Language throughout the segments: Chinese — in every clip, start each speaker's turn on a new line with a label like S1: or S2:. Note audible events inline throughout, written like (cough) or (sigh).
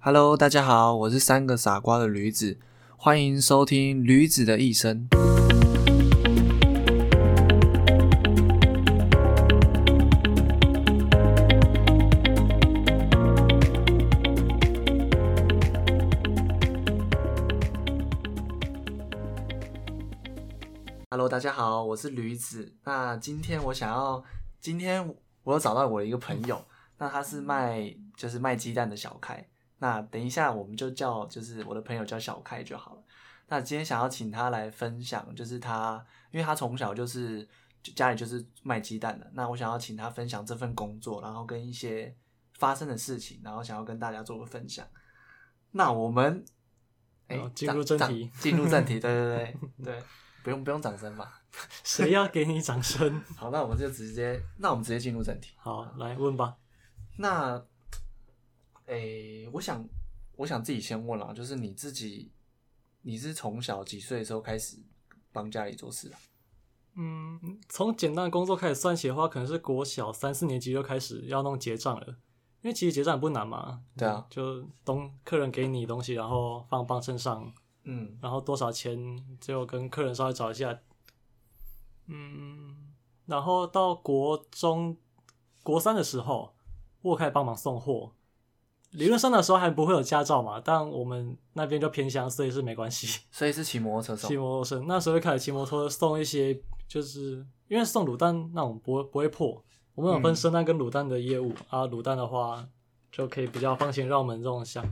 S1: Hello，大家好，我是三个傻瓜的驴子，欢迎收听《驴子的一生》。Hello，大家好，我是驴子。那今天我想要，今天我有找到我的一个朋友，那他是卖就是卖鸡蛋的小开。那等一下我们就叫，就是我的朋友叫小开就好了。那今天想要请他来分享，就是他，因为他从小就是就家里就是卖鸡蛋的。那我想要请他分享这份工作，然后跟一些发生的事情，然后想要跟大家做个分享。那我们，哎、
S2: 好进入
S1: 掌
S2: 正题
S1: 掌进入正题，对
S2: (laughs)
S1: 对对对，不用不用掌声吧？
S2: 谁要给你掌 (laughs) 声？
S1: 好，那我们就直接，那我们直接进入正题。
S2: 好，来问吧。
S1: 那，诶、我想，我想自己先问啦，就是你自己，你是从小几岁的时候开始帮家里做事啊？
S2: 嗯，从简单的工作开始算起的话，可能是国小三四年级就开始要弄结账了，因为其实结账也不难嘛。
S1: 对啊，
S2: 就东客人给你东西，然后放磅秤上，
S1: 嗯，
S2: 然后多少钱就跟客人稍微找一下。嗯，然后到国中国三的时候，我开始帮忙送货。理论上的时候还不会有驾照嘛，但我们那边就偏乡，所以是没关系。
S1: 所以是骑摩托车
S2: 骑
S1: 送，
S2: 摩托车，那时候就开始骑摩托车送一些，就是因为送卤蛋那种不会不会破，我们有分
S1: 嗯
S2: 生蛋跟卤蛋的业务、啊，卤蛋的话就可以比较放心，让我们这种想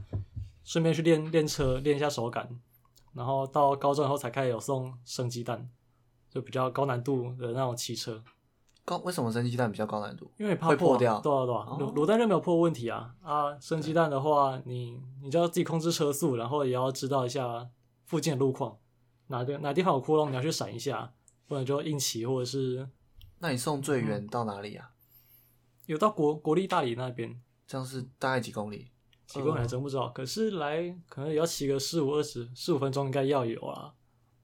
S2: 顺便去练练车，练一下手感，然后到高中以后才开始有送生鸡蛋，就比较高难度的那种骑车，
S1: 高为什么生鸡蛋比较高难度？
S2: 因为怕
S1: 会破
S2: 啊
S1: 掉
S2: 对啊对啊，
S1: 哦
S2: 卤卤蛋就没有破问题啊啊，生鸡蛋的话，你你就要自己控制车速，然后也要知道一下附近的路况，哪个哪地方有窟窿，你要去闪一下，不然就硬骑，或者是
S1: 那你送最
S2: 嗯
S1: 远到哪里啊？
S2: 有到国国立大理那边，
S1: 这样是大概几公里？
S2: 骑过来真不知
S1: 嗯
S2: 道，可是来可能也要骑个十五二十十五分钟，应该要有啊，
S1: 嗯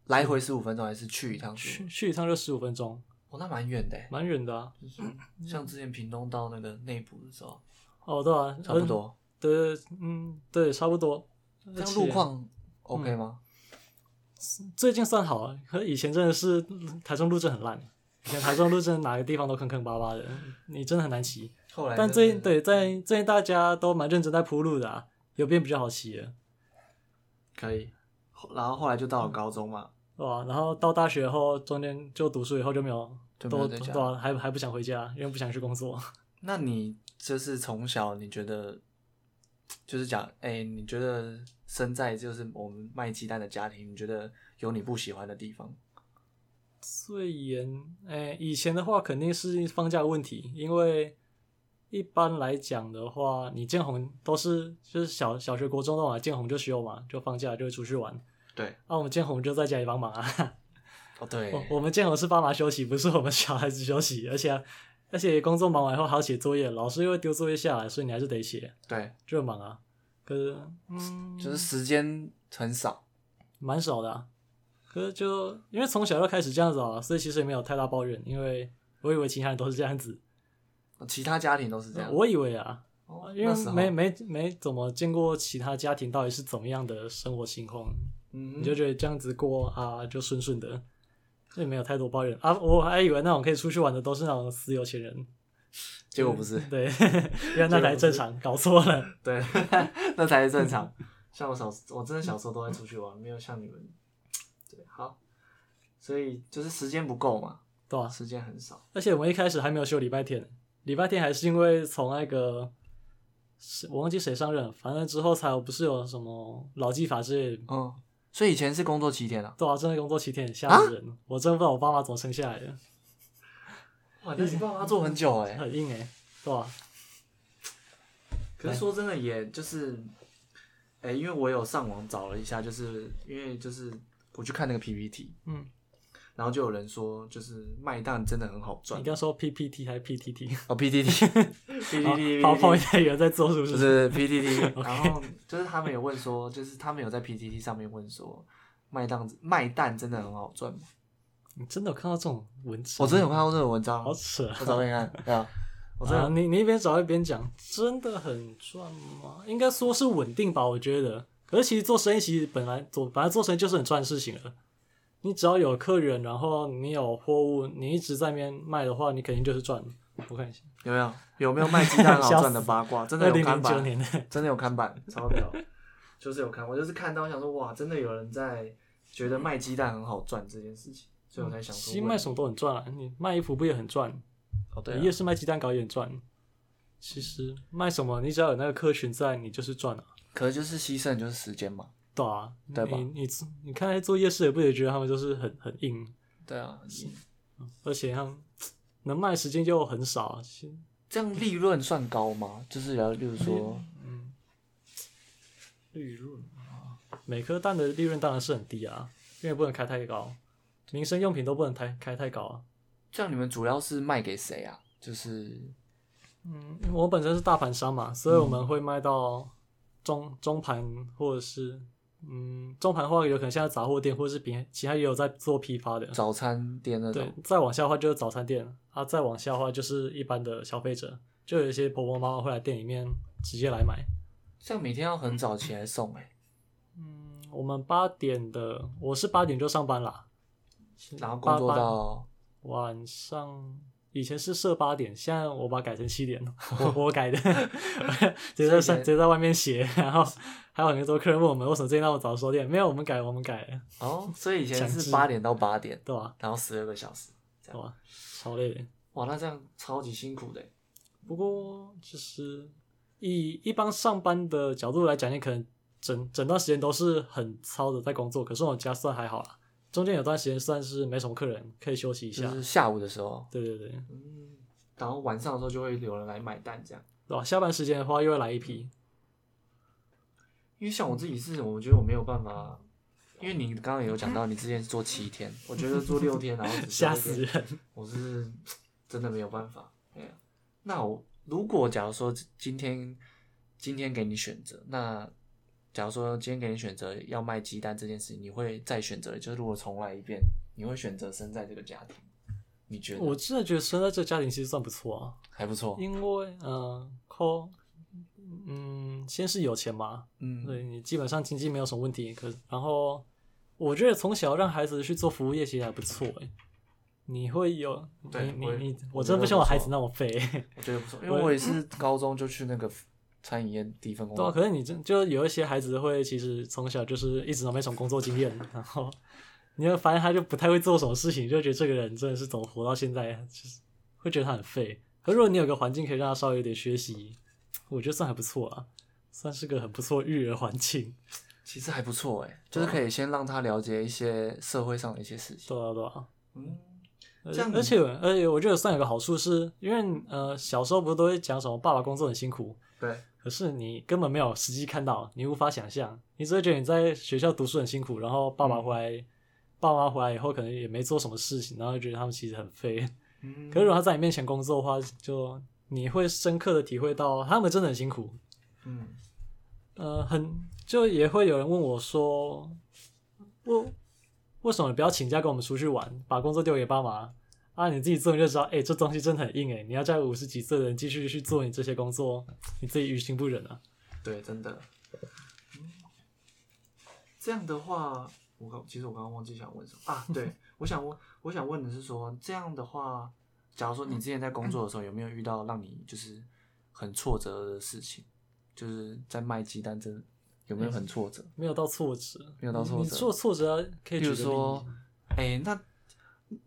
S1: 来回十五分钟还是去一趟是
S2: 去
S1: 吗？
S2: 去一趟就十五分钟，
S1: 哦，那蛮远的欸，
S2: 蛮远的啊。 (coughs)
S1: 像之前屏东到那个内埔的时候，
S2: 哦，对啊，
S1: 差不
S2: 嗯。
S1: 多。
S2: 对，嗯，对，差不多。
S1: 这
S2: 而
S1: 样
S2: 且嗯
S1: 路况 OK 吗？
S2: 最近算好，可以前真的是台中路真的很烂，以前台中路真的哪个地方都坑坑巴巴的，你真的很难骑。
S1: 后来
S2: 但
S1: 真
S2: 最
S1: 的
S2: 近对在最近大家都蛮认真在铺路的啊，有变比较好骑了，
S1: 可以，后然后后来就到了高中嘛，
S2: 哇！然后到大学后，中间就读书以后就没有，
S1: 就没有
S2: 都
S1: 在
S2: 都
S1: 家
S2: 对啊还还不想回家，因为不想去
S1: (laughs)
S2: 工作。
S1: 那你就是从小你觉得，就是讲，哎、你觉得生在就是我们卖鸡蛋的家庭，你觉得有你不喜欢的地方？
S2: 最严，诶、哎以前的话肯定是放假问题，因为一般来讲的话，你建红都是就是小小学、国中的嘛，建红就休嘛，就放假就会出去玩。
S1: 对，
S2: 啊，我们建红就在家里帮忙啊。
S1: 哦对，
S2: (laughs) 我我们建红是爸妈休息，不是我们小孩子休息，而且、而且工作忙完以后还要写作业，老师又会丢作业下来，所以你还是得写，
S1: 对，
S2: 就很忙啊。可是，嗯，
S1: 就是时间很少，
S2: 蛮少的、啊。可是就因为从小就开始这样子啊，所以其实也没有太大抱怨，因为我以为其他人都是这样子，
S1: 其他家庭都是这样。
S2: 我以为啊，
S1: 哦
S2: 因
S1: 那时
S2: 为
S1: 候
S2: 没没没怎么见过其他家庭到底是怎么样的生活情况，
S1: 嗯
S2: 你就觉得这样子过啊就顺顺的，所以没有太多抱怨啊。我还以为那种可以出去玩的都是那种死有钱人，
S1: (laughs) 结果不是，
S2: 对， (laughs) 原来那才正常，搞错了。
S1: 对， (laughs) 那才是正常。像我小，我真的小时候都在出去玩，没有像你们，对，好，所以就是时间不够嘛，
S2: 对吧、
S1: 时间很少，
S2: 而且我们一开始还没有休礼拜天，礼拜天还是因为从那个是我忘记谁上任，反正之后才有不是有什么劳基法之类的，
S1: 嗯，所以以前是工作七天啊，
S2: 对啊，真的工作七天吓死人，我真不知道我爸妈怎么撑下来的，
S1: 哇，
S2: 嗯
S1: 你爸妈做很久哎、
S2: 很硬哎、对吧、
S1: 可是说真的，也就是，哎、因为我有上网找了一下，就是因为就是我去看那个 PPT，
S2: 嗯，
S1: 然后就有人说，就是卖蛋真的很好赚
S2: 你刚说 PPT 还是 PTT？
S1: 哦，PPT，PPT， (laughs)
S2: (laughs) 好跑太远在做是不？
S1: 就是是 (laughs) PPT，然后就是他们有问说，就是他们有在 PPT 上面问说，卖蛋卖蛋真的很好赚吗？嗯
S2: 你真的有看到这种文字？
S1: 哦我真的有看到这个文章，
S2: 好
S1: 我
S2: 扯啊！
S1: 找给你看，对啊，我真的、
S2: 啊你你一边找一边讲，真的很赚吗？应该说是稳定吧，我觉得。可是其实做生意其实本来做本来做生意就是很赚的事情了。你只要有客源，然后你有货物，你一直在那边卖的话，你肯定就是赚的。我看一下，
S1: 有没有有没有卖鸡蛋好赚的八 (laughs) 卦？真的
S2: 二
S1: 有
S2: 零
S1: 看
S2: 零九
S1: 板，
S2: 年的，
S1: 真的有看板，超屌，就是有看，我就是看到想说哇，真的有人在觉得卖鸡蛋很好赚这件事情，所以我才
S2: (laughs)
S1: 想
S2: 其实
S1: 说
S2: 卖
S1: 问
S2: 什么都很赚啊，你卖衣服不也很赚？
S1: 哦对
S2: 你
S1: 啊
S2: 夜市卖鸡蛋糕也很赚。其实卖什么，你只要有那个客群在，你就是赚啊。
S1: 可是就是牺牲就是时间嘛，
S2: 对啊，
S1: 对吧
S2: 你你你看那些做夜市的，不也觉得他们就是很很硬，
S1: 对啊，
S2: 而且他们能卖时间又很少啊，其实
S1: 这样利润算高吗？就是聊，例如说，
S2: 嗯利润啊，每颗蛋的利润当然是很低啊，因为不能开太高，民生用品都不能开开太高啊。
S1: 这样你们主要是卖给谁啊？就是
S2: 嗯，因为我本身是大盘商嘛，所以我们会卖到中中盘或者是嗯中盘的话，有可能现在杂货店或者是别其他也有在做批发的。
S1: 早餐店那
S2: 对
S1: 种，，
S2: 再往下的话就是早餐店啊，再往下的话就是一般的消费者，就有一些婆婆妈妈会来店里面直接来买。
S1: 这样每天要很早起来送哎、
S2: 嗯，我们八点的，我是八点就上班啦，
S1: 然后工作
S2: 八八
S1: 到
S2: 晚上。以前是设八点，现在我把它改成七点了，我我改
S1: (laughs)
S2: 的，直接在上直接在外面写，然后还有很多客人问我们为什么最近那么早收店，没有我们改我们改了，
S1: 哦，所以以前
S2: 强
S1: 是
S2: 制
S1: 八点到八点，
S2: 对吧、
S1: 然后十二个小时，
S2: 对吧、超累的。
S1: 哇，那这样超级辛苦的欸。
S2: 不过就是以一般上班的角度来讲，你可能整整段时间都是很操的在工作，可是我家算还好啦，中间有段时间算是没什么客人，可以休息一
S1: 就
S2: 下。
S1: 是下午的时候，
S2: 对对对，
S1: 嗯，然后晚上的时候就会有人来买单这样。
S2: 对吧？下班时间的话又会来一批，
S1: 因为像我自己是，我觉得我没有办法，因为你刚刚也有讲到，你之前是做七
S2: (laughs)
S1: 天，我觉得做六天，然后只
S2: 吓
S1: 休一天
S2: 死人。
S1: 我是真的没有办法。哎呀、那我如果假如说今天今天给你选择，那假如说今天给你选择要卖鸡蛋这件事，你会再选择？就是如果重来一遍，你会选择生在这个家庭？你觉得
S2: 我真的觉得生在这个家庭其实算不错啊，
S1: 还不错？
S2: 因为呃，扣，嗯，先是有钱嘛，
S1: 嗯，
S2: 对你基本上经济没有什么问题。可然后我觉得从小让孩子去做服务业其实还不错诶、你会有
S1: 对
S2: 你
S1: 我也
S2: 你你，
S1: 我
S2: 我
S1: 觉
S2: 真
S1: 得
S2: 的不希望我
S1: 不
S2: 孩
S1: 错
S2: 子那么废、对
S1: 我觉得不错，因为我也是高中就去那个餐饮业第一份工
S2: 嗯
S1: 作，
S2: 啊，可是你真就有一些孩子会其实从小就是一直都没什么工作经验，然后你会发现他就不太会做什么事情，就觉得这个人真的是怎么活到现在，就是会觉得他很废。可是如果你有个环境可以让他稍微有点学习，我觉得算还不错啊，算是个很不错的育儿环境。
S1: 其实还不错哎、
S2: 啊
S1: 就是可以先让他了解一些社会上的一些事情。
S2: 对啊对啊，
S1: 嗯，
S2: 而
S1: 这样
S2: 而且而且我觉得算有个好处是，因为呃小时候不是都会讲什么爸爸工作很辛苦，
S1: 对，
S2: 可是你根本没有实际看到，你无法想象，你只会觉得你在学校读书很辛苦，然后爸爸回来，爸妈回来以后可能也没做什么事情，然后就觉得他们其实很废。
S1: 嗯
S2: 可是如果他在你面前工作的话，就你会深刻的体会到他们真的很辛苦，
S1: 嗯，
S2: 呃，很就也会有人问我说，我为什么不要请假跟我们出去玩，把工作丢给爸妈啊？你自己做你就知道，哎、这东西真的很硬哎、你要在五十几岁的人继续去做你这些工作，你自己于心不忍啊。
S1: 对，真的。这样的话，我刚其实我刚刚忘记想问什么啊？
S2: (laughs)
S1: 对，我想问，我想问的是说，这样的话，假如说你之前在工作的时候，有没有遇到让你就是很挫折的事情？就是在卖鸡蛋这有没有很挫折？
S2: 没有到挫折，
S1: 没有到
S2: 你
S1: 挫折
S2: 你做挫折可以
S1: 比如
S2: 举个例
S1: 说，哎、那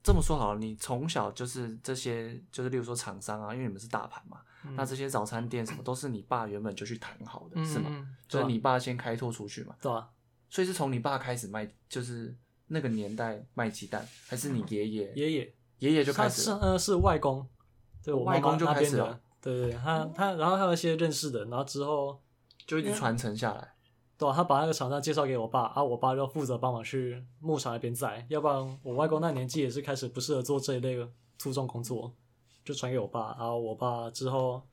S1: 这么说好了，你从小就是这些，就是例如说厂商啊，因为你们是大盘嘛，
S2: 嗯
S1: 那这些早餐店什么都是你爸原本就去谈好的，
S2: 嗯
S1: 是吗？
S2: 嗯
S1: 就是
S2: 对啊
S1: 你爸先开拓出去嘛。
S2: 对啊吧？
S1: 所以是从你爸开始卖，就是那个年代卖鸡蛋，还是你爷爷？
S2: 爷爷
S1: 爷爷就开
S2: 他
S1: 始
S2: 是
S1: 了
S2: 呃是外公，对我
S1: 外公
S2: 妈妈
S1: 就
S2: 那
S1: 开
S2: 边
S1: 始
S2: 的
S1: 了，
S2: 对对，对他他然后还有一些认识的，然后之后
S1: 就一直传承下来。
S2: 对、啊，他把那个厂商介绍给我爸，啊，我爸就负责帮忙去牧场那边载，要不然我外公那年纪也是开始不适合做这一类的粗重工作，就传给我爸，然后我爸之后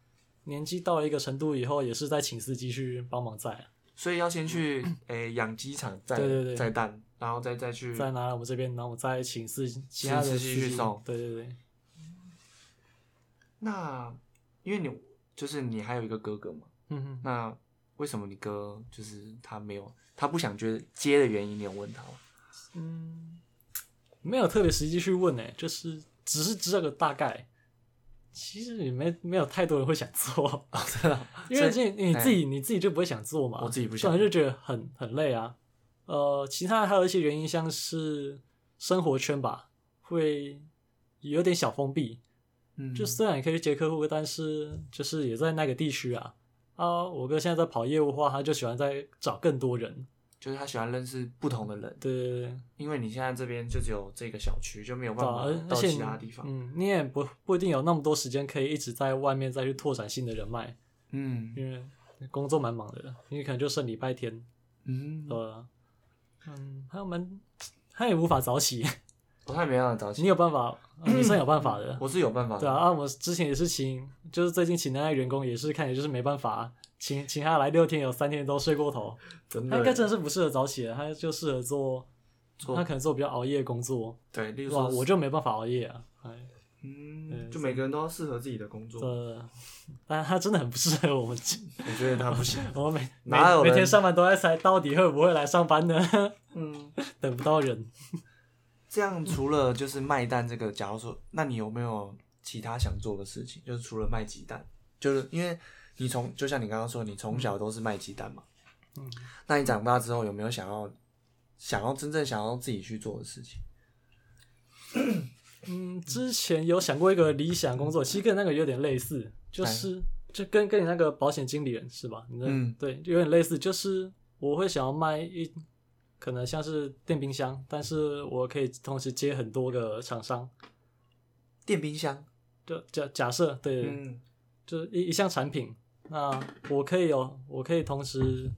S2: 年纪到了一个程度以后，也是在请司机去帮忙载，
S1: 所以要先去诶养鸡场再
S2: 嗯对对对
S1: 再蛋，然后再再去。
S2: 再拿来我们这边，然后我再请司其他的
S1: 嗯请司
S2: 司
S1: 机去
S2: 机
S1: 送
S2: 对对对，
S1: 那因为你就是你还有一个哥哥嘛，
S2: 嗯哼，
S1: 那为什么你哥就是他没有他不想接接的原因，你有问他吗？
S2: 嗯，没有特别实际去问诶、就是只是知道个大概。其实也没没有太多人会想做，
S1: 哦
S2: 因为
S1: 所以
S2: 这你自己、你自己就不会想做嘛，
S1: 哎我自己不
S2: 做
S1: 想
S2: 完就觉得很很累啊。呃，其他还有一些原因，像是生活圈吧，会有点小封闭。
S1: 嗯，
S2: 就虽然也可以去接客户，但是就是也在那个地区啊。啊，我哥现在在跑业务的话，他就喜欢在找更多人。
S1: 就是他喜欢认识不同的人，
S2: 对对对，
S1: 因为你现在这边就只有这个小区，就没有办
S2: 对啊而
S1: 法
S2: 而
S1: 到
S2: 且
S1: 其他地方。
S2: 嗯，你也不不一定有那么多时间可以一直在外面再去拓展新的人脉，
S1: 嗯
S2: 因为工作蛮忙的，因为可能就剩礼拜天，
S1: 嗯，
S2: 对啊嗯，还有蛮，他也无法早起，
S1: 我太没办法早
S2: 你
S1: 起，
S2: 有办法，呃女生有办法的，
S1: 我是有办法
S2: 对
S1: 的。
S2: 啊，啊，我之前也是请，就是最近请那个员工也是看，也就是没办法，请请他来六天，有三天都睡过头，
S1: 真
S2: 他应该
S1: 的
S2: 真的是不适合早起的，他就适合做，
S1: 做
S2: 他可能做比较熬夜的工作，
S1: 对，例如
S2: 哇，
S1: 说
S2: 我就没办法熬夜啊，哎，
S1: 嗯，
S2: 嗯
S1: 就每个人都要适合自己的工作。
S2: 这，但他真的很不适合我们，
S1: 我觉得
S2: (laughs)
S1: 他 (laughs) 不行。
S2: 我们每
S1: 哪有
S2: 每
S1: 人
S2: 每天上班都在猜到底会不会来上班呢， (laughs)
S1: 嗯，
S2: 等不到人，
S1: 这样除了就是卖蛋这个，假如说，那你有没有其他想做的事情？就是除了卖鸡蛋，就是因为你从就像你刚刚说，你从小都是卖鸡蛋嘛，
S2: 嗯，
S1: 那你长大之后有没有想要想要真正想要自己去做的事情？
S2: 嗯，之前有想过一个理想工作，其实跟那个有点类似，就是就跟跟你那个保险经理人是吧？你的、
S1: 哎嗯
S2: 对，有点类似，就是我会想要卖一，可能像是电冰箱，但是我可以同时接很多个厂商。
S1: 电冰箱，
S2: 就假假设对，
S1: 嗯，
S2: 就是一一项产品，那我可以有，我可以同时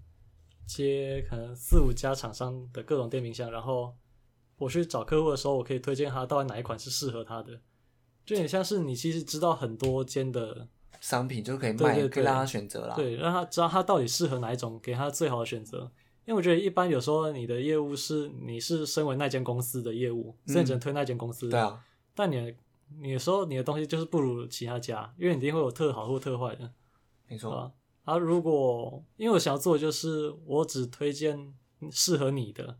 S2: 接可能四五家厂商的各种电冰箱，然后我去找客户的时候，我可以推荐他到底哪一款是适合他的。就有点像是你其实知道很多间的，
S1: 商品就可以卖，
S2: 对对对
S1: 可以让他选择啦。，
S2: 对，让他知道他到底适合哪一种，给他最好的选择。因为我觉得一般有时候你的业务是你是身为那间公司的业务，所以你只能推那间公司。
S1: 嗯对啊，
S2: 但你的你有时候你的东西就是不如其他家，因为你一定会有特好或特坏的。
S1: 没错，
S2: 啊啊！如果因为我想要做，的就是我只推荐适合你的，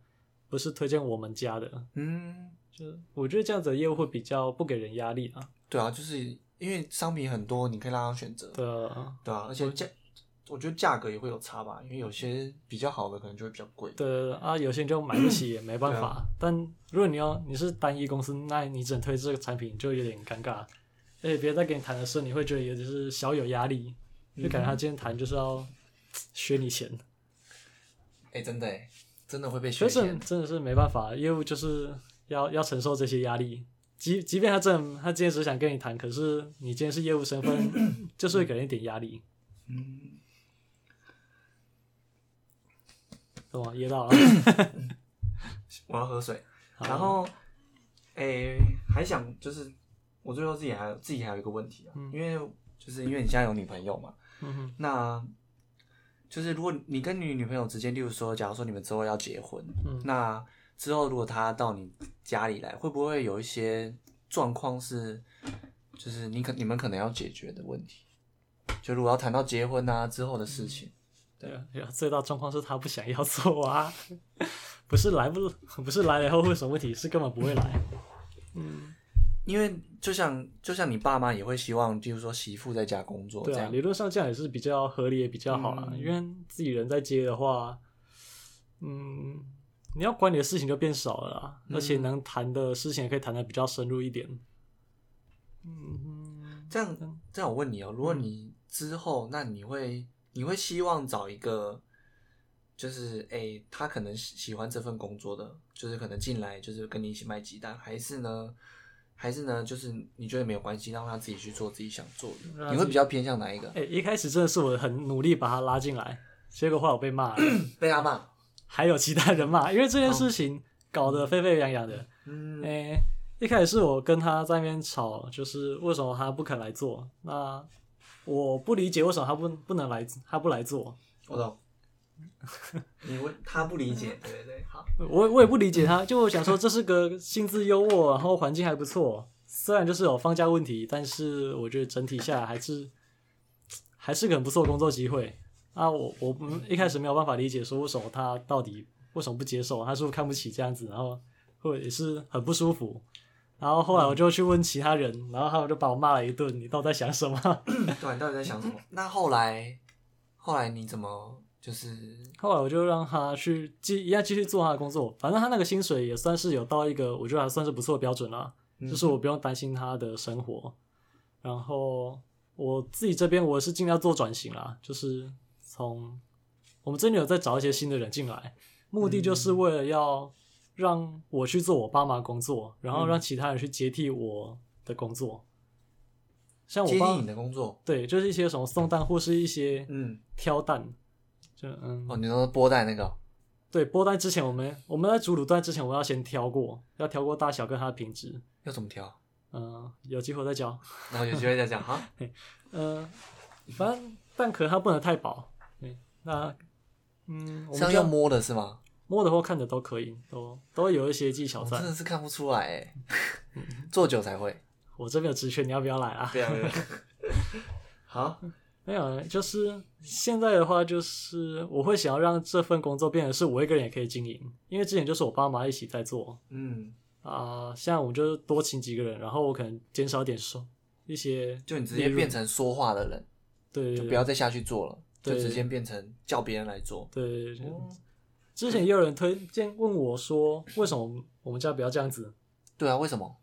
S2: 不是推荐我们家的。
S1: 嗯，
S2: 就是我觉得这样子的业务会比较不给人压力啊。
S1: 对啊，就是因为商品很多，你可以让他选择，
S2: 对啊，
S1: 对啊，而且价，我觉得价格也会有差吧，因为有些比较好的可能就会比较贵。
S2: 对啊，有些人就买不起也没办
S1: 对
S2: 法。但如果你要你是单一公司，那你只能推这个产品就有点尴尬，而且别人在跟你谈的时候，你会觉得有点是小有压力，就感觉他今天谈就是要削你钱。
S1: 哎、真的哎，真的会被
S2: 所
S1: 学
S2: 以真
S1: 钱。
S2: 真的是没办法，业务就是要要承受这些压力。即即便他真的他今天只想跟你谈，可是你今天是业务
S1: (coughs)
S2: 身份，就是会给人一点压力，
S1: 嗯，
S2: 懂吗？
S1: (coughs)
S2: 噎到了。
S1: 我要喝水。
S2: 好
S1: 然，后，哎、还想就是，我最后自己还有自己还有一个问题啊，因为就是因为你现在有女朋友嘛，
S2: 嗯哼，
S1: 那就是如果你跟你女朋友之间，例如说，假如说你们之后要结婚，
S2: 嗯
S1: 那之后如果她到你家里来，会不会有一些状况是，就是你可你们可能要解决的问题？就如果要谈到结婚啊之后的事情，
S2: 对啊，对啊最大状况是他不想要做啊， (laughs) 不是来不不是来了以后会有什么问题，是根本不会来。嗯，
S1: 因为就像就像你爸妈也会希望，就是说媳妇在家工作这
S2: 对啊，
S1: 样，
S2: 理论上这样也是比较合理，也比较好啦。
S1: 嗯
S2: 因为自己人在接的话，嗯，你要管理的事情就变少了啦，
S1: 嗯
S2: 而且能谈的事情也可以谈的比较深入一点。嗯，
S1: 这样这样我问你哦，如果你之后，那你会你会希望找一个，就是诶、他可能喜喜欢这份工作的，就是可能进来就是跟你一起卖鸡蛋，还是呢，还是呢，就是你觉得没有关系，让他自己去做自己想做的，
S2: 让他
S1: 你
S2: 自
S1: 会
S2: 己
S1: 比较偏向哪一个？
S2: 哎、一开始真的是我很努力把他拉进来，结果后来我
S1: (coughs)
S2: 被骂了，
S1: 被他骂，
S2: 还有其他人骂，因为这件事情搞得沸沸扬扬的。
S1: 嗯
S2: 诶、一开始是我跟他在那边吵，就是为什么他不肯来做？那我不理解为什么他不不能来，他不来做。
S1: 我
S2: (laughs)
S1: 懂。你问他不理解，对对对，好，
S2: 我我也不理解他，就我想说这是个薪资优渥，然后环境还不错，虽然就是有放假问题，但是我觉得整体下来还是还是个很不错的工作机会啊。我我嗯一开始没有办法理解说为什么他到底为什么不接受，他是不是看不起这样子，然后或者也是很不舒服。然后后来我就去问其他人，然后他们就把我骂了一顿，你到底在想什么？ (laughs)
S1: 对，啊你到底在想什么？那后来，后来你怎么就是
S2: 后来我就让他去继一样继续做他的工作，反正他那个薪水也算是有到一个我觉得还算是不错的标准啦、
S1: 嗯
S2: 就是我不用担心他的生活。然后我自己这边我是尽量做转型啦，就是从我们这里有在找一些新的人进来，目的就是
S1: 嗯
S2: 为了要让我去做我爸妈的工作，然
S1: 嗯
S2: 后让其他人去接替我的工作。像我
S1: 接
S2: 爸
S1: 近你的工作？
S2: 对，就是一些什么送蛋或是一些
S1: 嗯，
S2: 挑蛋，就嗯
S1: 哦，你说波带那个哦，
S2: 对，波段之前我们我们在煮卤蛋之前，我们要先挑过，要挑过大小跟它的品质。
S1: 要怎么调？
S2: 嗯、有机会再教。
S1: 然后有机会再讲 (laughs) 哈。
S2: 嗯、反正蛋壳它不能太薄。对，那嗯，我
S1: 是
S2: 们
S1: 要用
S2: 就
S1: 摸的是吗？
S2: 摸的或看的都可以，都都有一些技巧
S1: 我
S2: 在嗯
S1: 真。的是看不出来哎，做久才会。
S2: 我这边有职权，你要不要来啊？
S1: (laughs) 对啊，对啊。好，
S2: 没有，就是现在的话，就是我会想要让这份工作变成是我一个人也可以经营，因为之前就是我爸妈一起在做，
S1: 嗯，
S2: 啊、像我就多请几个人，然后我可能减少一点收一些，
S1: 就你直接变成说话的人，
S2: 对，
S1: 就不要再下去做了，就
S2: 对
S1: 直接变成叫别人来做。
S2: 对。对
S1: 哦
S2: 之前也有人推荐问我说，为什么我们家不要这样子？
S1: 对啊，为什么？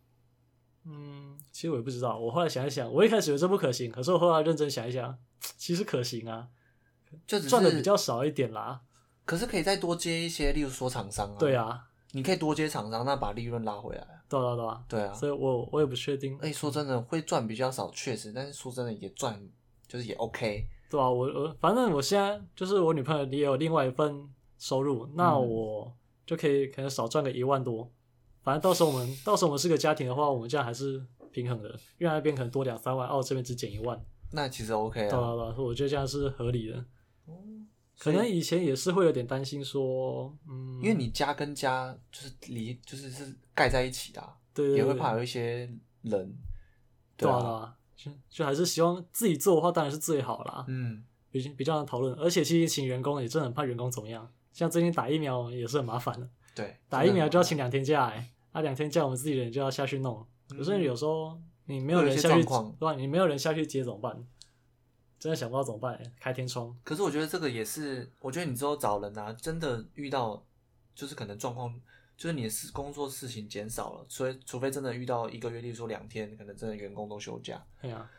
S2: 嗯，其实我也不知道。我后来想一想，我一开始觉得这不可行，可是我后来认真想一想，其实可行啊，
S1: 就只
S2: 赚的比
S1: 是，啊
S2: 较少一点啦。
S1: 可是可以再多接一些，例如说厂商啊。
S2: 对，啊，
S1: 你可以多接厂商，那把利润拉回来啊。
S2: 对啊，对啊。
S1: 对啊，
S2: 所以嗯我我也不确定，
S1: 哎、说真的，会赚比较少，确实，但是说真的也赚，就是也 OK。
S2: 对啊，我我反正我现在就是我女朋友也有另外一份收入，那
S1: 嗯
S2: 我就可以可能少赚个一万多。反正到时候我们到时候我们是个家庭的话，我们这样还是平衡的，因为那边可能多两三万，澳这边只减一万，
S1: 那其实 OK
S2: 对
S1: 啊。
S2: 啊对啊，所以我觉得这样是合理的。可
S1: 所以
S2: 能以前也是会有点担心说，嗯，
S1: 因为你家跟家就是离就是是盖在一起的啊、
S2: 对对
S1: 也会
S2: 对
S1: 怕有一些人。
S2: 对啊对
S1: 啊，
S2: 啊，就就还是希望自己做的话当然是最好啦，
S1: 嗯，
S2: 比比较能讨论，而且其实请员工也真的很怕员工怎么样，像最近打疫苗也是很麻烦的。
S1: 对，
S2: 打
S1: 真
S2: 疫
S1: 的
S2: 苗
S1: 很
S2: 就要
S1: 麻
S2: 请两天假、
S1: 嗯
S2: 欸，啊，两天假我们自己人就要下去弄。可是有时候你没
S1: 会有
S2: 人
S1: 一些
S2: 下去，
S1: 状况
S2: 对吧？你没有人下去接怎么办？真的想不到怎么办、欸，开天窗。
S1: 烦。可是我觉得这个也是，我觉得你之后找人啊，真的遇到就是可能状况，就是你的事工作事情减少了，所以除非真的遇到一个月，例如说两天，可能真的员工都休假，
S2: 哎呀、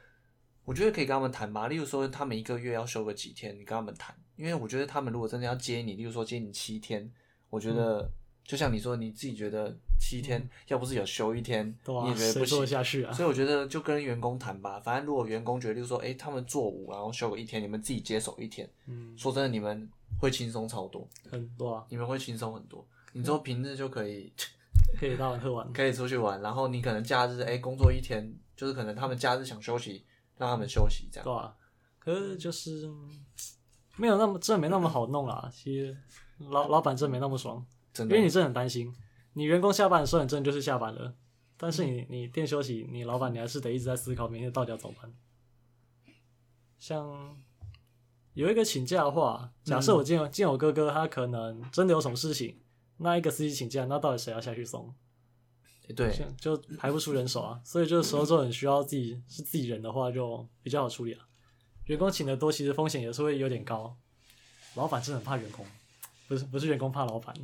S1: 我觉得可以跟他们谈吧，例如说他们一个月要休个几天，你跟他们谈，因为我觉得他们如果真的要接你，例如说接你七天，我觉得、
S2: 嗯
S1: 就像你说你自己觉得七天，要不是有休一天，
S2: 对
S1: 你
S2: 啊，
S1: 也觉得
S2: 谁
S1: 不
S2: 做
S1: 行 (laughs)
S2: 得。下去啊？
S1: 所以我觉得就跟员工谈吧，反正如果员工觉得，例如说，哎、他们做五，然后休个一天，你们自己接手一天，
S2: 嗯，
S1: 说真的，你们会轻松超多，
S2: 很多啊，
S1: 你们会轻松很多。你之后平日就可以
S2: 可以大碗喝完。
S1: 可以出去玩，然后你可能假日哎、诶工作一天，就是可能他们假日想休息，让他们休息这样。
S2: 对啊，可是就是嗯没有那么，这没那么好弄啦。其实老老板真没那么爽，
S1: 真
S2: 因
S1: 的
S2: 为你真的很担心，你员工下班的时候，你真的就是下班了。但是你你店休息，你老板你还是得一直在思考明天到底要怎么办。像有一个请假的话，假设
S1: 嗯
S2: 我见我见我哥哥，他可能真的有什么事情，那一个司机请假，那到底谁要下去送？
S1: 诶对，
S2: 就就排不出人手啊，所以这时候就很需要自己是自己人的话就比较好处理啊。员工请的多，其实风险也是会有点高。老板真的很怕员工，不是不是员工怕老板，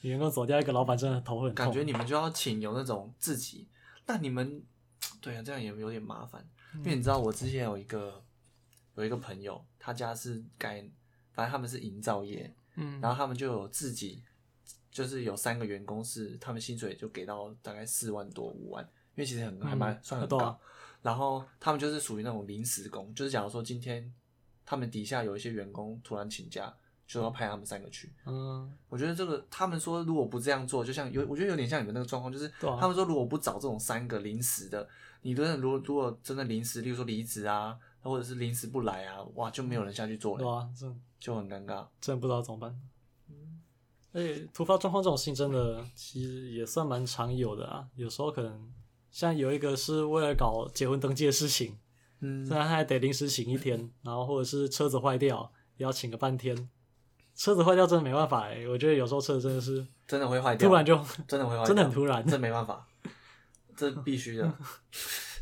S2: 你员工走掉一个，老板真的头会很痛。
S1: 感觉你们就要请有那种自己，那你们对啊，这样也有点麻烦，
S2: 嗯
S1: 因为你知道我之前有一个有一个朋友，他家是盖，反正他们是营造业，
S2: 嗯，
S1: 然后他们就有自己就是有三个员工是他们薪水就给到大概四万多五万，因为其实很还蛮、
S2: 嗯
S1: 算很
S2: 对啊
S1: 高，然后他们就是属于那种临时工，就是假如说今天他们底下有一些员工突然请假，就要派他们三个去，
S2: 嗯，
S1: 我觉得这个，他们说如果不这样做，就像有，我觉得有点像你们那个状况，就是、
S2: 对啊
S1: 他们说如果不找这种三个临时的，你真的如果如果真的临时，例如说离职啊，或者是临时不来啊，哇，就没有人下去做
S2: 对
S1: 了，
S2: 啊，真
S1: 就很尴尬。
S2: 真的不知道怎么办。而且突发状况这种事情真的其实也算蛮常有的啊，有时候可能像有一个是为了搞结婚登记的事情，
S1: 嗯
S2: 虽然他还得临时请一天，然后或者是车子坏掉也要请个半天。车子坏掉真的没办法哎、我觉得有时候车子真的是
S1: 真的会坏掉，
S2: 突然就
S1: 真的会坏掉，
S2: 真的很突然
S1: 这没办法，这必须
S2: (laughs)
S1: 的，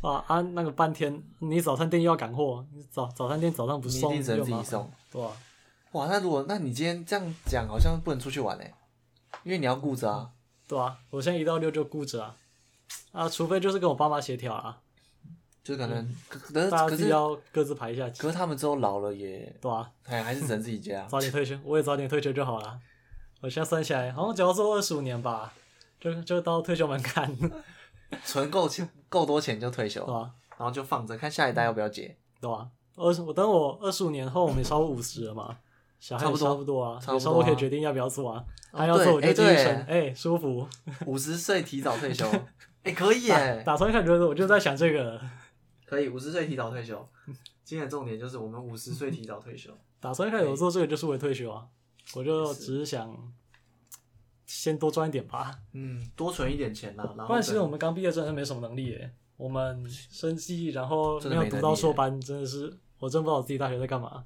S2: 啊啊那个半天，你早餐店又要赶货，你早早餐店早上不
S1: 你一
S2: 送
S1: 定只能
S2: 又
S1: 自
S2: 麻
S1: 己
S2: 烦，
S1: 送。
S2: 对啊吧、
S1: 哇，那如果那你今天这样讲，好像不能出去玩嘞，因为你要顾着啊。
S2: 对啊，我现在一到六就顾着啊，啊，除非就是跟我爸妈协调啊，
S1: 就可能，可可是
S2: 嗯大家
S1: 可
S2: 自
S1: 是
S2: 己要各自排一下期，
S1: 可是他们之后老了也，
S2: 对啊，
S1: 哎，还是只能自己接啊。
S2: 早点退休，我也早点退休就好了。我现在算起来，好像只要做二十五年吧，就就到退休门槛， (laughs) 对啊
S1: 存够钱，够多钱就退休，
S2: 吧、
S1: 然后就放着，看下一代要不要结。
S2: 对吧、二十，我等我二十五年后，我们也超过五十了嘛，小孩
S1: 差
S2: 也
S1: 不多
S2: 差不多啊，
S1: 差不多啊
S2: 也差不多可以决定要不要做啊。还要
S1: 对
S2: 做我就
S1: 哎
S2: 继续
S1: 对
S2: 生，哎、舒服。
S1: (laughs) 五十岁提早退休， (laughs) 哎，可以
S2: 打
S1: 耶，
S2: 打从一开始就是我就在想这个了，
S1: 可以，五十岁提早退休。今天的重点就是我们五十岁提早退休。
S2: 打从一开始我做这个就是为了退休啊，我就
S1: 也是
S2: 只是想先多赚一点吧。
S1: 嗯，多存一点钱啦，然
S2: 不
S1: 后
S2: 然其实我们刚毕业真的是没什么能力耶。我们生计，然后
S1: 真
S2: 没
S1: 的没
S2: 有
S1: 能力
S2: 读到硕班，真的是我真不知道我自己大学在干嘛。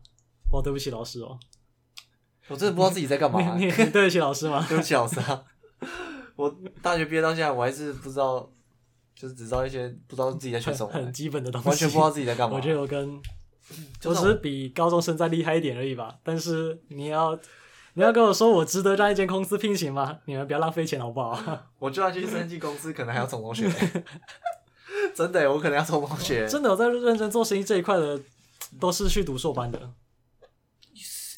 S2: 哦，对不起老师哦，
S1: 我真的不知道自己在干嘛、
S2: (laughs)
S1: (laughs)
S2: 你你你对得起老师吗？
S1: 对不起老师啊。 (laughs) 我大学毕业到现在，我还是不知道，就是只知道一些不知道自己在学什么，
S2: 很基本的东西，
S1: 完全不知道自己在干嘛。
S2: 我觉得我跟
S1: 就
S2: 我
S1: 是
S2: 只是比高中生再厉害一点而已吧。但是你要你要跟我说我值得让一间公司聘请吗？你们不要浪费钱好不好？
S1: 我就算去生技公司，可能还要重中 (laughs) 学。真的耶，我可能要重中学。
S2: 真的我在认真做生意这一块的，都是去读硕班的，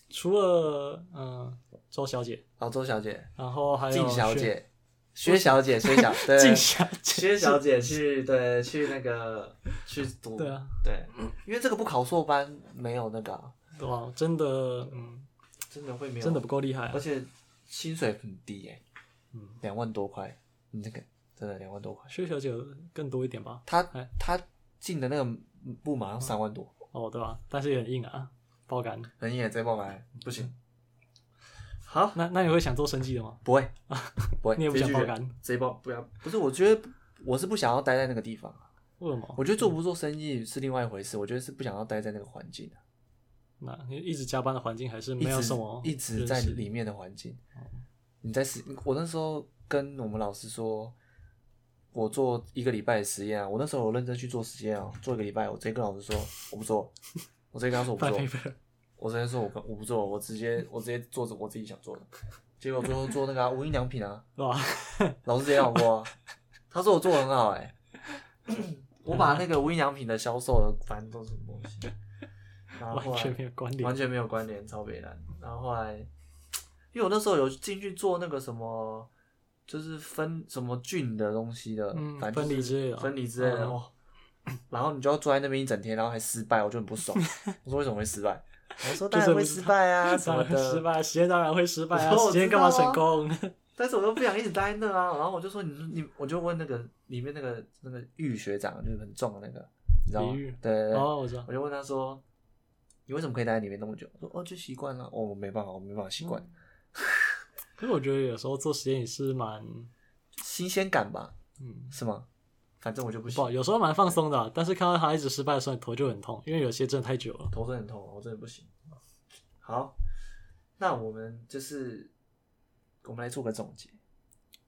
S2: 除了嗯、周小姐，
S1: 哦，周小姐、
S2: 然后还有
S1: 靳小
S2: 哎薛。
S1: 姐、薛小姐、薛
S2: (laughs)
S1: 小对
S2: 静下，
S1: 薛小姐去对去那个去读
S2: 对啊，
S1: 对，嗯因为这个不考硕班没有那个啊、
S2: 对吧？真的，嗯，
S1: 真的会没有，
S2: 真的不够厉害啊
S1: 而。且薪水很低耶、
S2: 嗯
S1: 两万多块，你那个真的两万多块。
S2: 薛小姐更多一点吧？
S1: 他
S2: 哎
S1: 他进的那个部马上三万多，
S2: 哦，对吧？但是也很硬啊，爆肝。
S1: 人也在爆买，不行。好，
S2: 那那你会想做生计的吗？
S1: 不
S2: (laughs)
S1: 会，不会，
S2: 你也不想
S1: 直接
S2: 爆
S1: 拒绝
S2: 肝？
S1: 直接爆不要，不是，我觉得我是不想要待在那个地方啊。
S2: 为什么？
S1: 我觉得做不做生意是另外一回事，我觉得是不想要待在那个环境啊、
S2: 那你一直加班的环境还是
S1: 一
S2: 没有
S1: 直
S2: 什么
S1: 一直
S2: 认
S1: 在
S2: 识哦
S1: 里面的环境。你在实，我那时候跟我们老师说，我做一个礼拜的实验啊，我那时候有认真去做实验啊，做一个礼拜，我直接跟老师说我不做，我直接跟他说我不
S2: 翻
S1: 做，
S2: paper，
S1: 我直接说我不我不做，我直接我直接做着我自己想做的，结果最后做那个啊无印良品啊，
S2: 对吧？
S1: 老师直接让我过啊，他说我做的很好哎、我把那个无印良品的销售的，反正都是什么东西，然后后
S2: 完
S1: 来
S2: 全没有关
S1: 啊完
S2: 联。
S1: 全没有关联，超北蓝。然后后来，因为我那时候有进去做那个什么，就是分什么菌的东西的，
S2: 嗯
S1: 反正就是
S2: 分离之类的
S1: 分离之类的
S2: 嗯
S1: 哦。然后你就要坐在那边一整天，然后还失败，我就很不爽。我说为什么会失败？我
S2: (laughs)
S1: 说当然会失败啊什
S2: 当
S1: 么
S2: 然失
S1: 的。
S2: 败，实验当然会失败啊
S1: 我！说我
S2: 实验干嘛
S1: 知道
S2: 成
S1: 啊
S2: 功？
S1: (laughs) 但是我又不想一直待那啊， (laughs) 然后我就说你你，我就问那个里面那个那个玉学长，就是很重的那个，你知道吗？
S2: 李
S1: 对
S2: 玉
S1: 对对。
S2: 哦，我知道，
S1: 我就问他说：“你为什么可以待在里面那么久？”他说：“哦，就习惯了。”哦，我没办法，我没办法习
S2: 嗯
S1: 惯，
S2: 可是我觉得有时候做实验也是蛮，
S1: 新鲜感吧，
S2: 嗯，
S1: 是吗？反正我就不
S2: 不
S1: 行，
S2: 好，有时候蛮放松的啊。但是看到他一直失败的时候，你头就很痛，因为有些真的太久了。
S1: 头真的很痛，我真的不行。好，那我们就是我们来做个总结，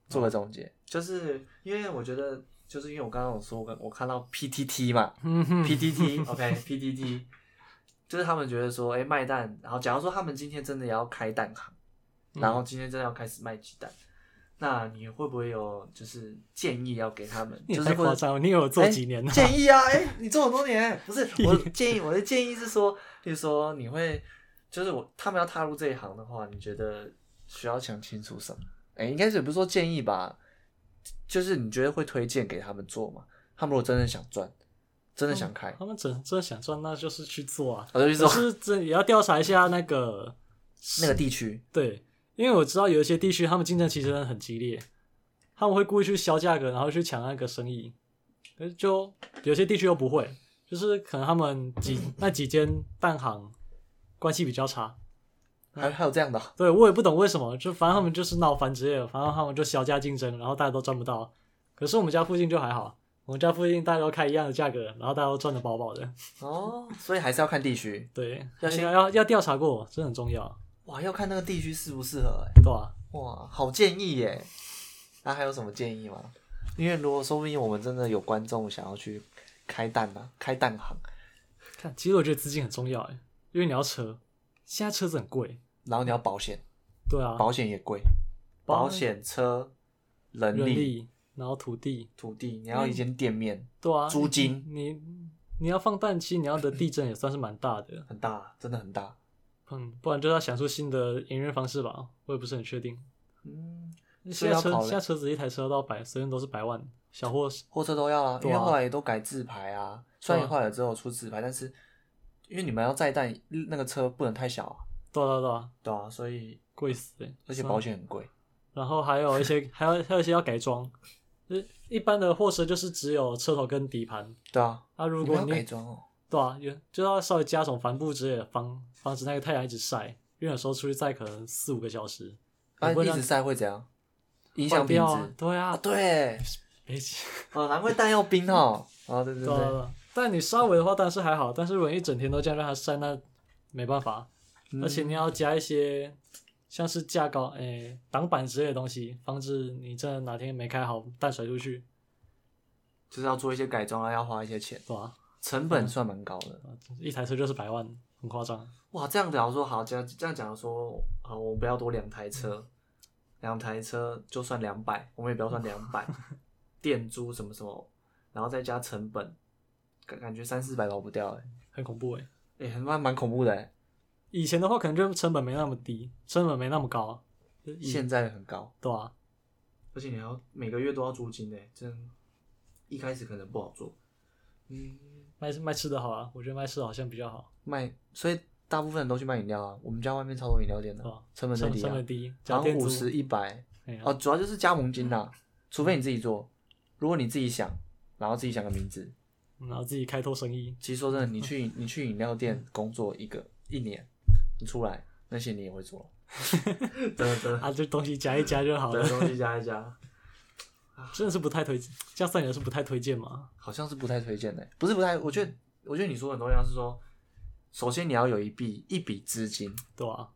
S1: 做个总结，就是因为我觉得，就是因为我刚刚有说，我我看到 PTT 嘛，
S2: 嗯哼 (laughs)
S1: PTT OK PTT，就是他们觉得说，哎、卖蛋，然后假如说他们今天真的也要开蛋行，
S2: 嗯
S1: 然后今天真的要开始卖鸡蛋，那你会不会有就是建议要给他们？
S2: 你
S1: 就
S2: 也
S1: 是
S2: 太夸
S1: 或
S2: 张了，你有做几年了？
S1: 建议啊，哎、你做很多年，不是我建议，我的建议是说，例如说你会，就是我他们要踏入这一行的话，你觉得需要想清楚什么？哎、应该是也不是说建议吧，就是你觉得会推荐给他们做吗？他们如果真的想赚，真的想开，
S2: (laughs) 他们真真的想赚，那就是去做啊。
S1: 我就去
S2: 可
S1: 做
S2: 是这也要调查一下那个
S1: 那个地区，
S2: 对，因为我知道有一些地区他们竞争其实很激烈，他们会故意去削价格，然后去抢那个生意。可是就有些地区又不会，就是可能他们几那几间蛋行关系比较差。
S1: 还还有这样的哦，
S2: 对我也不懂为什么，就反正他们就是闹翻之类的，反正他们就削价竞争，然后大家都赚不到。可是我们家附近就还好，我们家附近大家都开一样的价格，然后大家都赚的饱饱的。
S1: 哦，所以还是要看地区。
S2: 对，
S1: 要
S2: 要
S1: 先
S2: 要要调查过，这很重要，
S1: 哇，要看那个地区适不适合、欸。
S2: 对吧、
S1: 哇，好建议耶！那还有什么建议吗？因为如果说不定我们真的有观众想要去开蛋吧，开蛋行，
S2: 看，其实我觉得资金很重要，哎，因为你要车，现在车子很贵，
S1: 然后你要保险，
S2: 对啊，
S1: 保险也贵，
S2: 保
S1: 嗯保险、车、人
S2: 人
S1: 力、嗯
S2: 力，然后土地，
S1: 土地，你要一间店面，
S2: 对啊，
S1: 租金
S2: 你你你要放氮气，你要的地震也算是蛮大的，
S1: 很大，真的很大。
S2: 嗯，不然就要想出新的营运方式吧，我也不是很确定。
S1: 嗯，所
S2: 现
S1: 以
S2: 在
S1: 要
S2: 车
S1: 考量
S2: 现在车子一台车到百，随便都是百万，小货是
S1: 货车都要啊，因
S2: 对
S1: 为
S2: 啊
S1: 后来也都改自排啊。虽然后来只有出自排，但是因为你们要载蛋，那个车不能太小啊，
S2: 对啊对啊对啊，
S1: 对啊，所以
S2: 贵死哎，
S1: 而且
S2: 是啊
S1: 保险很贵。
S2: 然后还有一些，还有还有一些要改装。就是一般的货车就是只有车头跟底盘
S1: 对啊，
S2: 啊，如
S1: 你们
S2: 果
S1: 要
S2: 你
S1: 改装哦。
S2: 对啊，有就要稍微加种帆布之类的，防防止那个太阳一直晒，因为有时候出去晒可能四五个小时，
S1: 啊，
S2: 也不会
S1: 一
S2: 让
S1: 直晒会怎样？影
S2: 坏
S1: 响品
S2: 掉
S1: 质
S2: 啊。对
S1: 啊，
S2: 啊，
S1: (laughs) 对，
S2: 没钱。
S1: 哦，难怪蛋要冰哦。哦，对对
S2: 对啊
S1: 对，
S2: 对啊但你稍微的话当然是还好，但是如果你一整天都这样让它晒，那没办法。
S1: 嗯
S2: 而且你要加一些像是架高、诶挡板之类的东西，防止你真的哪天没开好淡水出去，
S1: 就是要做一些改装啊，要花一些钱，
S2: 对吧、
S1: 成
S2: 嗯
S1: 本算蛮高的。
S2: 啊？一台车就是百万，很夸张。
S1: 哇，这样假如说好，这样这样假如说好，我们不要多两台车，两台车就算两百，我们也不要算两
S2: (laughs)
S1: 百，店租什么什么，然后再加成本，感感觉三四百跑不掉哎、
S2: 很恐怖诶、
S1: 欸，哎、蛮蛮恐怖的哎、
S2: 以前的话可能就成本没那么低，成本没那么高，就以
S1: 现在很高，
S2: 对啊，
S1: 而且你还要每个月都要租金哎、真一开始可能不好做，嗯，
S2: 卖卖吃的好啊，我觉得卖吃的好像比较好，
S1: 卖，所以大部分人都去卖饮料啊，我们家外面超多饮料店的，
S2: 哦
S1: 成本最
S2: 成
S1: 低
S2: 成
S1: 啊
S2: 本，低，加
S1: 然后
S2: 店租
S1: 五，十一百，
S2: 哎呀
S1: 哦，主要就是加盟金啦，除非你自己做，如果你自己想，然后自己想个名字，
S2: 然后自己开拓生意，
S1: 其实说真的，你
S2: (laughs)
S1: 去你去饮料店工作一个一年，你出来那些你也会
S2: (laughs)
S1: 做，真的真的，
S2: 啊，这东西加一加就好了
S1: 对，，东西加一加，
S2: 真的是不太推荐，这样算也是不太推荐嘛。
S1: 好像是不太推荐的、不是不太，我觉得
S2: 嗯
S1: 我觉得你说的很重要，是说，首先你要有一笔一笔资金，
S2: 对啊，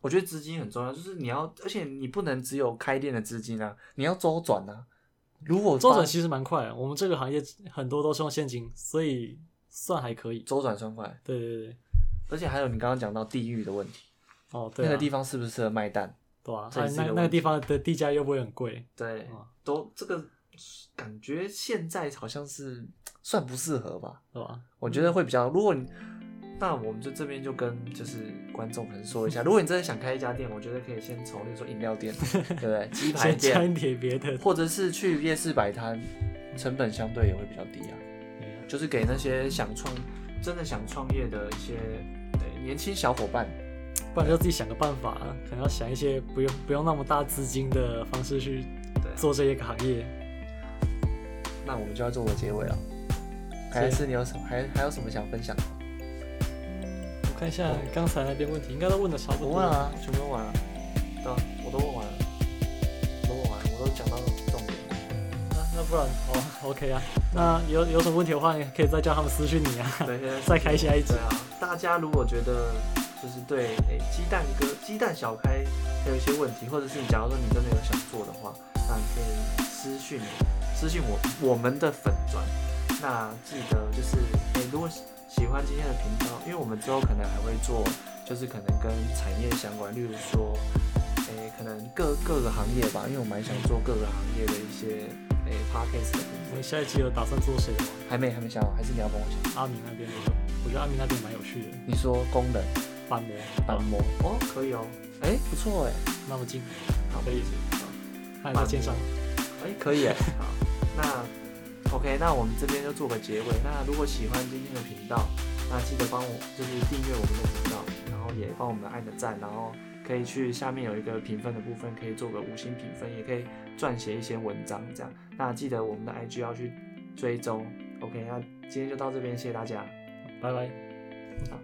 S1: 我觉得资金很重要，就是你要，而且你不能只有开店的资金啊，你要周转啊。如果
S2: 周
S1: 发
S2: 转其实蛮快的，我们这个行业很多都是用现金，所以算还可以。
S1: 周转算快，
S2: 对对对，
S1: 而且还有你刚刚讲到地域的问题，
S2: 哦对
S1: 那
S2: 啊
S1: 个，地方适不适合卖蛋？
S2: 对啊，
S1: 这
S2: 哎
S1: 也是
S2: 那
S1: 一个
S2: 那个
S1: 问
S2: 地方的地价又不会很贵，
S1: 对
S2: 哦
S1: 都这个感觉现在好像是算不适合吧，
S2: 对吧？
S1: 我觉得会比较。如果你那我们就这边就跟就是观众可能说一 (laughs) 下，如果你真的想开一家店，我觉得可以先从例如说饮料 (laughs) 店，对不对？鸡排
S2: 先加
S1: 店，
S2: 一点别的，
S1: 或者是去夜市摆摊，成本相对也会比较低啊。
S2: 哎呀
S1: 就是给那些想创、真的想创业的一些对年轻小伙伴。
S2: 不然就自己想个办法，啊可能要想一些不用不用那么大资金的方式去
S1: 对
S2: 做这一个行业。
S1: 那我们就要做个结尾了，还是你有什么还还有什么想分享的？
S2: 我看一下刚才那边问题，应该都问的差不
S1: 我
S2: 多
S1: 问了
S2: 了。
S1: 啊，全部问完了，对啊，我都问完了，我都问完了，我都讲到重点。
S2: 那啊那不然哦，OK 啊，那有有什么问题的话，你可以再叫他们私讯你啊。 (laughs)
S1: 对，现 (laughs) 在
S2: 再开下一集
S1: 对啊，大家如果觉得就是对诶鸡蛋哥、鸡蛋小开还有一些问题，或者是你假如说你真的有想做的话，那你可以私信我，私信我我们的粉砖。那记得就是诶，如果喜欢今天的频道，因为我们之后可能还会做，就是可能跟产业相关，例如说。诶，可能各各个行业吧，因为我蛮想做各个行业的一些诶 podcast 的
S2: 我
S1: 部分
S2: 们下一集有打算做谁的吗？
S1: 还没还没想好，还是你要帮我想？
S2: 阿明那边有，我觉得阿明那边蛮有趣的，
S1: 你说功能。
S2: 板模
S1: 板模哦，可以哦，哎、不错哎，
S2: 那么近，
S1: 好，
S2: 可以
S1: 好，
S2: 还在线上。
S1: 哎、可以哎，好，那 OK，那我们这边就做个结尾。那如果喜欢今天的频道，那记得帮我就是订阅我们的频道，然后也帮我们按个赞，然后可以去下面有一个评分的部分，可以做个五星评分，也可以撰写一些文章这样。那记得我们的 IG 要去追踪。OK，那今天就到这边，谢谢大家。
S2: 拜拜。
S1: 好，